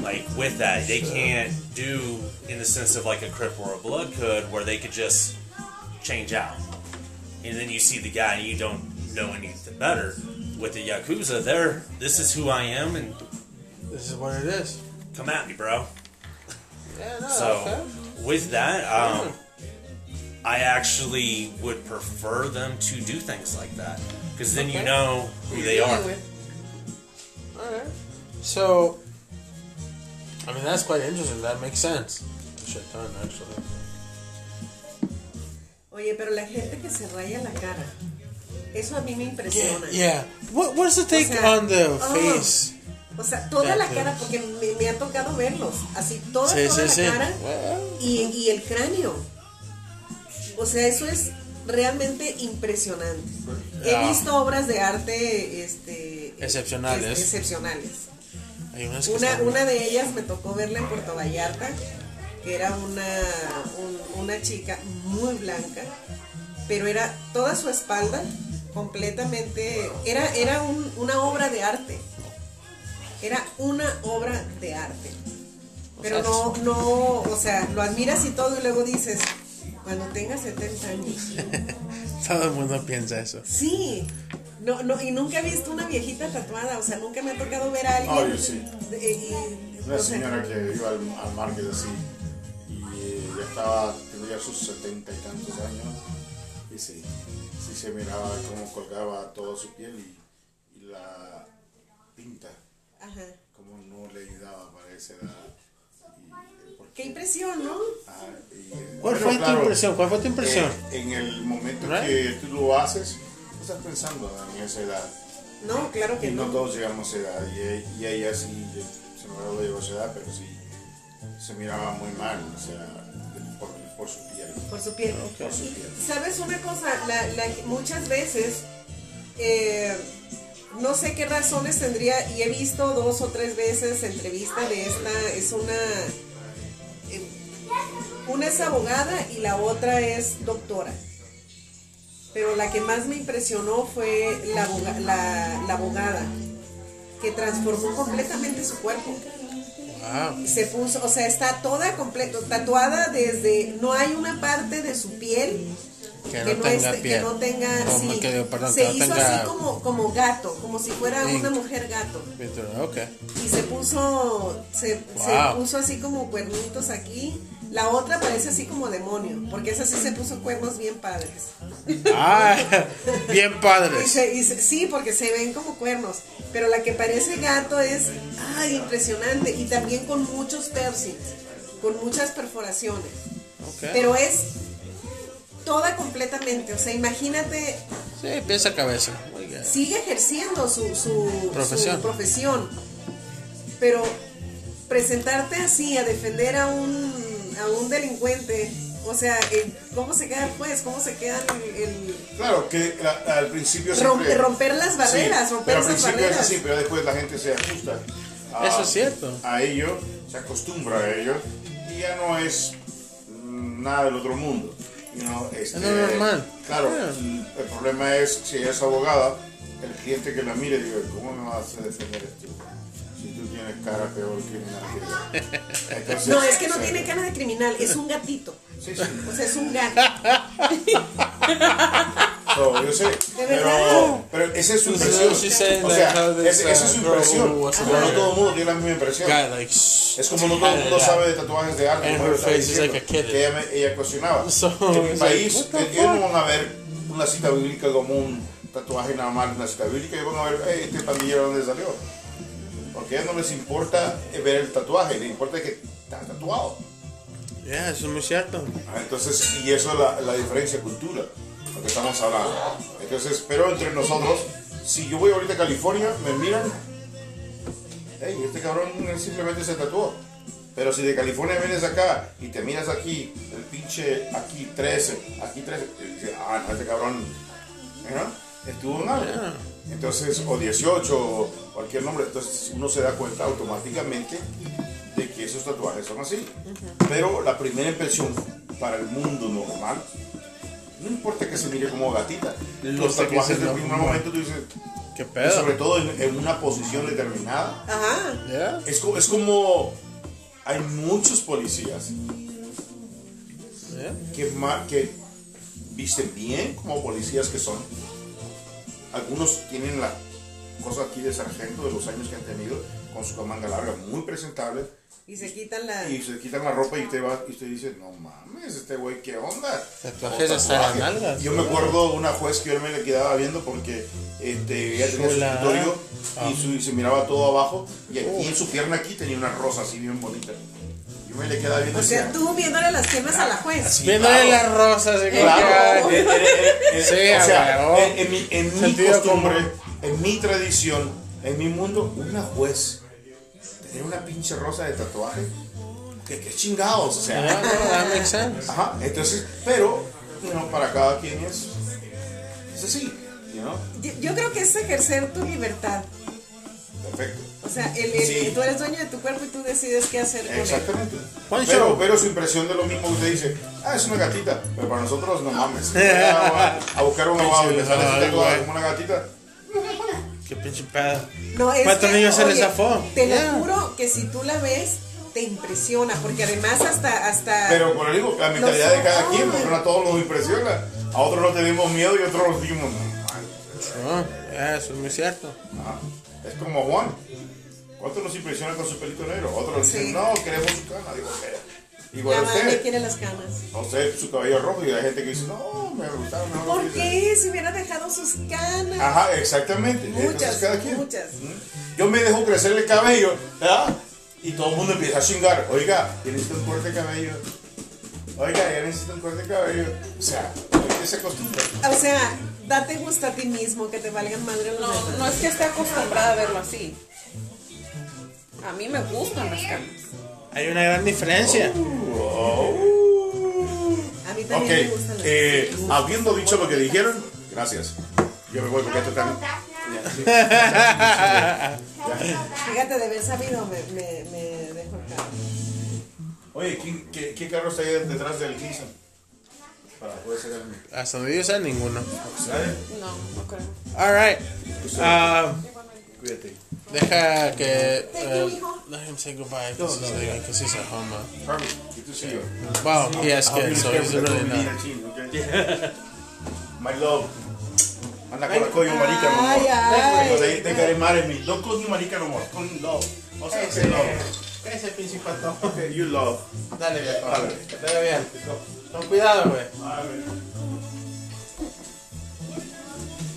G: Like with that, they can't do in the sense of like a crip or a blood could, where they could just change out, and then you see the guy and you don't know anything better. With the yakuza, they're this is who I am, and
B: no, this is what it is.
G: come at me, bro.
B: Yeah, no, Oh, okay.
G: So with that, um, I actually would prefer them to do things like that because then you
B: Okay.
G: know who they are.
B: Alright. So, I mean, that's quite interesting. That makes sense. A shit ton, actually.
A: Oye, pero la gente que se raya la cara, eso a mí me
B: Yeah,
A: impresiona.
B: yeah. What, what's the take
A: O sea,
B: on the
A: oh.
B: face?
A: O sea, toda la
B: Exacto.
A: cara, porque me, me ha tocado verlos, así toda,
B: Sí,
A: toda
B: sí,
A: la
B: sí.
A: cara y, y el cráneo. O sea, eso es realmente impresionante. He
B: Ah.
A: visto obras de arte este,
B: Excepcionales.
A: ex- excepcionales.
B: Hay unas que
A: Una,
B: están-
A: una de ellas me tocó verla en Puerto Vallarta, que era una, un- una chica muy blanca, pero era toda su espalda completamente, era, era un- una obra de arte, era una obra de arte. Pero no, no, o sea, lo admiras y todo y luego dices, cuando tengas 70 años.
B: Todo el mundo piensa eso.
A: Sí. No, no, y nunca he visto una viejita tatuada, o sea, nunca me ha tocado ver a alguien.
C: Oh, yo sí.
A: de- y-
C: Una
A: o sea,
C: señora que iba al, al market así y eh, ya estaba, tenía sus setenta y tantos años y sí, sí se miraba cómo colgaba toda su piel y, y la pinta,
A: Ajá.
C: como no le ayudaba para esa edad. Y, eh, porque-
A: Qué impresión, ¿no?
C: Ah, y, eh,
B: ¿Cuál
C: pero
B: fue tu
C: claro,
B: impresión? ¿Cuál fue tu impresión?
C: eh, en el momento
B: Right.
C: que tú lo haces, tú estás pensando en esa edad.
A: No, claro
C: Y
A: que
C: no
A: no.
C: todos llegamos a esa edad. Y, e- y ella sí, eh, se me lo llegó a esa edad, pero sí se miraba muy mal. O sea, por, por por su piel.
A: por su piel.
C: Por su piel.
A: ¿Sabes una cosa? La- la- muchas veces, eh, no sé qué razones tendría, y he visto dos o tres veces entrevista de esta, es una, eh, una es abogada y la otra es doctora. Pero la que más me impresionó fue la, aboga- la- la abogada, que transformó completamente su cuerpo
B: Wow.
A: se puso, o sea, está toda completo, tatuada desde, no hay una parte de su piel
B: Que no tenga
A: esté-
B: piel.
A: que no tenga,
B: Oh,
A: sí.
B: que- perdón,
A: se
B: que no
A: hizo
B: tenga-
A: así como, como gato, como si fuera
B: Sí.
A: una mujer gato,
B: Pintura, Ok.
A: y se puso, se, se
B: Wow.
A: puso así como cuernitos aquí, la otra parece así como demonio, porque esa sí se puso cuernos bien padres.
B: Ah, bien
A: Y
B: padres.
A: se- y se- sí, porque se ven como cuernos. Pero la que parece gato es ay, impresionante. Y también con muchos piercings, con muchas perforaciones.
B: Ok.
A: Pero es toda completamente. O sea, imagínate,
B: Sí, piensa cabeza. Muy bien.
A: sigue ejerciendo su, su-
B: Profesión.
A: su profesión. Pero presentarte así a defender a un, a un delincuente, o sea, eh, ¿cómo se queda el juez? ¿Cómo se queda el- el
C: Claro, que a- al principio
A: Rom-
C: siempre-
A: romper las barreras,
C: Sí,
A: romper
C: pero al
A: esas
C: principio
A: barreras.
C: es así, pero después la gente se ajusta Ah, a,
B: Eso es cierto.
C: a ello, se acostumbra a ello y ya no es mm, nada del otro mundo. You know, este,
B: lo normal.
C: Claro,
B: Yeah.
C: mm, el problema es si ella es abogada, el cliente que la mire diga, ¿cómo me vas a defender esto? Si tú tienes cara peor criminal que yo". Entonces,
A: No, es que no
C: sí,
A: tiene cara de criminal, es un gatito.
C: Sí, sí.
A: O sea, es un gato.
C: No, yo sé.
A: verdad.
C: Pero, pero esa es su
B: She
C: impresión. O
B: says that
C: sea,
B: how this,
C: esa, esa es su
B: uh, girl
C: impresión.
B: who was a
C: Pero no
B: lawyer.
C: todo el mundo tiene la misma impresión.
B: Guy, like, shh.
C: Es como no todo el mundo
B: Yeah.
C: sabe de tatuajes de arte.
B: And
C: como
B: her
C: yo estaba
B: face is
C: diciendo,
B: like a kid.
C: Que ella, me- ella cuestionaba.
B: So,
C: en mi
B: it's like,
C: país, eh,
B: what the
C: ellos no
B: fuck?
C: van a ver una cita bíblica como un tatuaje nada más, una cita bíblica. Ellos van a ver, "Hey, este pandillero, ¿dónde salió? Porque a ellos no les importa eh, ver el tatuaje, les importa que está tatuado.
B: Yeah, eso es muy cierto.
C: Ah, Entonces, y eso es la, la diferencia de cultura, lo que estamos hablando. Entonces, pero entre nosotros, si yo voy ahorita a California, me miran, hey, este cabrón simplemente se tatuó. Pero si de California vienes acá y te miras aquí, el pinche aquí 13, aquí 13, y dices, ah, no, este cabrón, ¿eh, ¿no? Estuvo en algo. Entonces, o 18, o cualquier nombre, entonces uno se da cuenta automáticamente de que esos tatuajes son así. Pero la primera impresión para el mundo normal, no importa que se mire como gatita, los
B: Importa que
C: tatuajes
B: sea
C: del primer
B: normal.
C: momento tú dices,
B: ¿Qué
C: y sobre
B: pedo?
C: todo en, en una posición determinada,
A: Ajá.
B: Yeah.
C: es, co- es como hay muchos policías
B: Yeah.
C: que, ma- que visten bien como policías que son. Algunos tienen la cosa aquí de sargento de los años que han tenido, con su manga larga, muy presentable,
A: Y se quitan la.
C: y se quitan la ropa y usted va y usted dice, no mames, este güey, ¿qué onda?
B: Tatuajes
C: Con
B: hasta
C: tatuaje.
B: las nalgas.
C: Yo me acuerdo una juez que yo me le quedaba viendo porque este, ella tenía su
B: Chula. Oh.
C: escritorio
B: Ah.
C: y, su- y se miraba todo abajo y aquí en su pierna aquí tenía una rosa así bien bonita. Yo me le quedaba viendo
A: O
C: y
A: sea,
C: decía,
A: tú viéndole las piernas
C: Ah.
A: a la juez.
B: Viéndole las rosas. así como
C: Claro.
B: que,
C: Eh, eh, eh, eh,
B: Sí,
C: o
B: a
C: sea,
B: huevo.
C: en, en mi, en mi
B: Sentido
C: costumbre, en mi tradición, en mi mundo, una juez tener una pinche rosa de tatuaje. Que, que chingados, o sea.
B: Yeah, no, that makes sense.
C: Ajá, entonces, pero, you know, para cada quien es, es así, you know,
A: Yo, yo creo que es ejercer tu libertad.
C: perfecto.
A: O sea, el, el-
C: Sí.
A: tú eres dueño de tu cuerpo y tú decides qué hacer con él.
C: Exactamente.
B: Poncho.
C: Pero, pero su impresión de lo mismo usted dice, ah, es una gatita, pero para nosotros no mames. Voy A, a buscar un abogado y le sale así
B: Ay,
C: tatuada
B: güey.
C: como una gatita.
B: Qué pinche pedo.
A: No, es
B: ¿Cuántos
A: que,
B: niños se les
A: oye,
B: zafó?
A: Te
B: Yeah.
A: lo juro que si tú la ves, te impresiona. Porque además, hasta. hasta
C: Pero por digo, la mentalidad de cada quien, porque a todos nos impresiona. A otros nos tenemos miedo y a otros nos dimos,
B: No, yeah, eso es muy cierto.
C: es como Juan. ¿Cuántos nos impresionan con su pelito negro? Otros dicen,
A: Sí.
C: no, queremos su cana. Digo, "Mira,
A: la
C: Igual
A: madre
C: usted.
A: quiere las camas.
C: no sé, su cabello rojo y hay gente que dice, no, me gustaba mejor.
A: ¿Por
C: lo que hice".
A: qué? Si hubiera dejado sus canas.
C: Ajá, exactamente.
A: Muchas,
C: Entonces, cada quien.
A: muchas.
C: ¿Mm? Yo me dejo crecer el cabello, ¿verdad? Y todo el mundo empieza a chingar. Oiga, ya necesito un corte de cabello. Oiga, ya necesito un corte de cabello. O sea, ¿por qué se acostumbra?
A: O sea, date gusto a ti mismo, que te valgan madre los
E: No,
A: demás.
E: no es que esté acostumbrada a verlo así. A mí me gustan las camas.
B: Oh. Hay una gran diferencia.
C: Oh.
A: mí
C: Ok,
A: también me gustan las
C: eh, habiendo dicho lo que dijeron, gracias. Yo me voy porque esto
F: Can we go
C: está.
F: back now? Can we go
B: ah.
F: back?
A: Fíjate, de haber sabido me, me, me dejó el carro.
C: Oye, ¿quién- ¿qué, qué carro está ahí detrás del Gibson? Para poder sacar el-
B: Hasta donde yo sé, ninguno.
C: ¿Sabe?
E: No, no creo.
B: Alright. Ah,
C: Cuídate.
B: deja que.
A: Thank you,
B: eh,
A: hijo.
B: let him say goodbye because he's leaving because he's at home. uh,
C: Harvey, good to see you.
B: Wow, he has
C: I'll be
B: kids, so
C: there
B: he's
C: with
B: really
C: the
B: not.
C: team, okay? My love. Anda con la coño marica, no
A: Ay,
C: more.
A: ay.
C: Because they- they gotta marry me. No coño marica no more. Coño love. O sea, que love.
B: Ese pinche pato.
C: Okay, you love.
B: Dale, viejo.
C: Dale.
B: Que te vea bien. Con cuidado, güey.
A: Ah,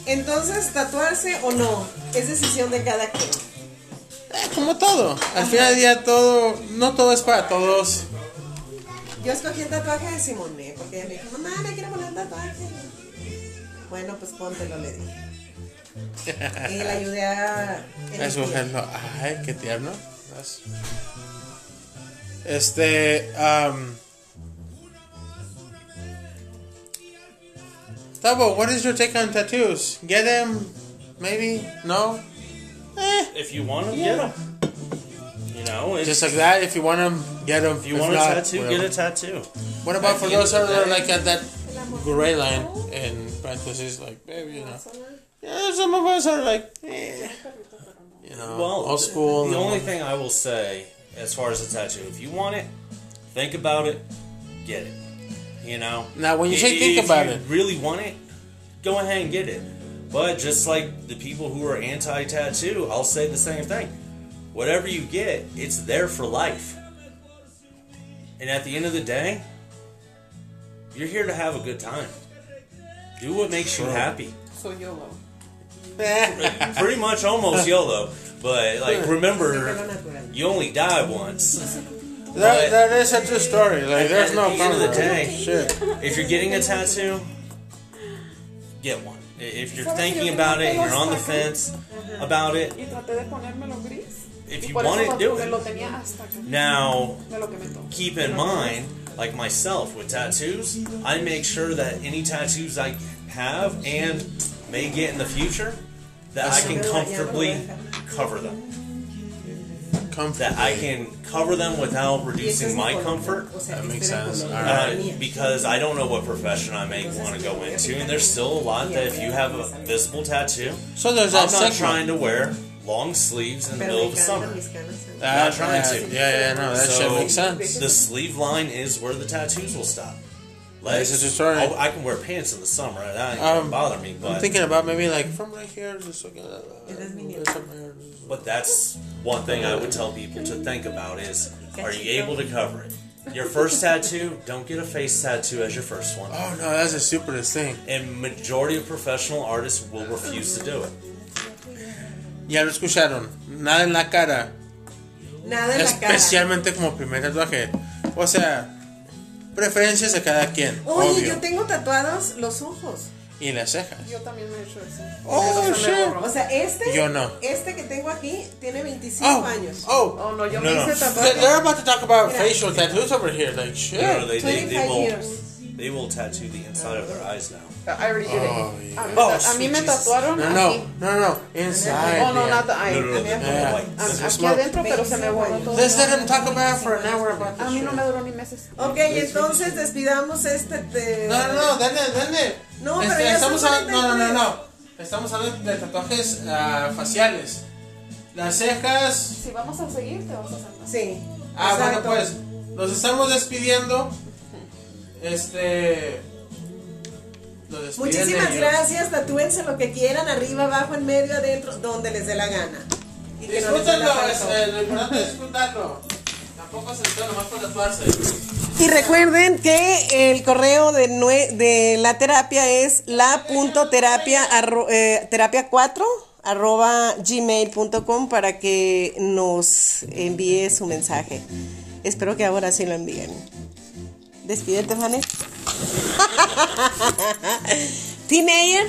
A: Entonces, tatuarse o no, es decisión de cada quien.
B: Eh, como todo. Al final del día, todo. No todo es para todos.
A: Yo escogí el tatuaje de Simone porque ella me dijo, mamá, me quiero poner un tatuaje. Bueno, pues póntelo, le dije. Y le ayudé a.
B: Es mujerlo. Ay, qué tierno. That's- Este. Um, Tabo, what is your take on tattoos? Get them? Maybe? No? Eh.
G: If you want them, get them. You know, it's,
B: Just like that, if you want them, get 'em. them.
G: if you want a tattoo, get a tattoo.
B: What about for those that are like at that gray line in parentheses, like, maybe, you know. Yeah, some of us are like, eh. You know,
G: Well,
B: old Um, school.
G: The
B: and-
G: only thing I will say, as far as a tattoo, if you want it, think about it, get it. You know.
B: Now, when you
G: I-
B: say
G: i-
B: think
G: if
B: about
G: you
B: it-
G: really want it, go ahead and get it. But just like the people who are anti-tattoo, I'll say the same thing. Whatever you get, it's there for life. And at the end of the day, you're here to have a good time. Do what makes you happy
E: So YOLO.
G: pretty much almost YOLO. But like, remember, you only die once.
B: That, that is a true story. Like, there's
G: at
B: no
G: the end of the
B: problem.
G: day-
B: Shit.
G: If you're getting a tattoo, get one. I- If you're thinking about it and you're on the fence about it,
E: Y traté de ponérmelo gris.
G: If
E: y
G: you
E: Uh-huh. por
G: want
E: eso
G: it, do
E: me
G: it.
E: lo tenía hasta acá.
G: now
E: De lo que me tocó.
G: keep in mind, like myself with tattoos, I make sure that any tattoos I have and may get in the future, that I can comfortably cover them.
B: Comfort.
G: That I can cover them without
A: Y ese
G: reducing
A: es
G: my
A: mi color.
G: comfort.
A: O sea,
B: That
A: que
B: makes
A: esté de
B: sense. Ah,
A: color.
B: Alright.
G: Uh, because I don't know what profession I may want to go into, and there's still a lot that if you have a visible tattoo,
B: So there's that
G: I'm not
B: segment.
G: trying to wear long sleeves in the
A: Pero
G: middle
A: me
G: of the
A: encantan
G: summer.
A: mis canas.
B: That-
G: not trying to.
B: that- Yeah, yeah, no, Oh, that shit
G: So
B: makes sense.
G: the sleeve line is where the tattoos will stop.
B: That's
G: Legs,
B: a story.
G: I, I can wear pants in the summer, and that ain't
B: Um,
G: gonna bother me.
B: I'm
G: But
B: thinking about maybe like from right here, just like. Uh,
A: doesn't mean you-
G: but that's one thing I would tell people to think about is: Are you able to cover it? Your first tattoo, don't get a face tattoo as your first one.
B: Oh no, that's the stupidest thing.
G: and majority of professional artists will refuse to do it.
B: Ya lo escucharon. Nada en la cara.
A: Nada en la cara.
B: Especialmente como primer tatuaje. O sea, preferencias de cada quien.
A: Oye,
B: obvio.
A: yo tengo tatuados los ojos.
B: Y las cejas.
E: Yo también me he hecho eso.
B: Oh,
E: Entonces me
B: shit.
E: borró.
A: O sea, este.
B: Yo no.
A: Este que tengo aquí tiene 25
B: Oh,
A: años.
B: oh.
E: Oh, no, yo
G: No,
E: me
G: no.
E: hice
B: They-
E: tatuaje.
B: They're about to talk about
A: Mira.
B: facial tattoos over here. Like, shit.
G: You know, they, they, they
A: 25
G: will
A: years.
G: they will tattoo the inside of their eyes now.
E: I already did it.
B: Oh, yeah.
E: A mí-
G: Oh,
E: a mí
G: sweet
E: me
G: Jesus.
E: tatuaron
B: No,
E: aquí.
B: no, no, no. Inside.
E: Oh, no,
B: yeah.
E: not the eye.
G: No, no, no,
E: a mí
G: no,
E: me-
G: no,
B: Yeah.
G: like,
E: a-
B: This is
E: Aquí
B: smoke.
E: adentro, pero se me borró todo.
B: Let's let him talk about it for an hour about this
E: A mí no
B: shit.
E: me duró ni meses.
A: Ok, entonces despidamos este. te-
B: Oh, No, no, no, dale, dale.
A: No, pero ya
B: estamos
A: son
B: hablando, no, no, no,
A: 43.
B: no. Estamos hablando de tatuajes ah, faciales. Las cejas.
E: Si vamos a seguir, te vas a saltar.
A: Sí.
B: Ah, bueno,
A: exacto.
B: pues. Nos estamos despidiendo. Este. nos despiden
A: Muchísimas
B: ellos.
A: gracias, tatúense lo que quieran, arriba, abajo, en medio, adentro, donde les dé la gana. Y que no les duela
B: Disfrútenlo,
A: tanto.
B: este, lo importante es disfrutarlo. Tampoco se está nomás por tatuarse.
A: Y recuerden que el correo de, nue- de la terapia es la.terapia arro- eh, terapia 4 arroba gmail.com para que nos envíe su mensaje. Espero que ahora sí lo envíen. Despídete, Vanes. teenager.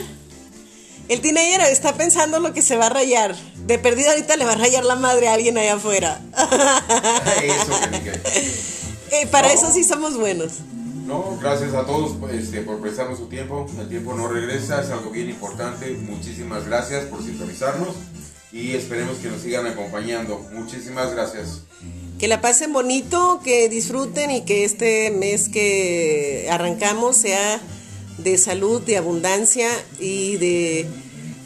A: El teenager está pensando lo que se va a rayar. De perdido ahorita le va a rayar la madre a alguien allá afuera.
D: Eso que dije.
A: Eh, para eso sí somos buenos.
D: No, gracias a todos este, por prestarnos su tiempo. El tiempo no regresa, es algo bien importante. Muchísimas gracias por sintonizarnos y esperemos que nos sigan acompañando. Muchísimas gracias.
A: Que la pasen bonito, que disfruten y que este mes que arrancamos sea de salud, de abundancia y de,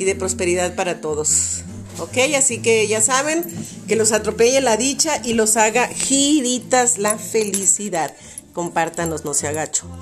A: y de prosperidad para todos. Ok, así que ya saben, que los atropelle la dicha y los haga giritas la felicidad. Compártanos, no se agacho.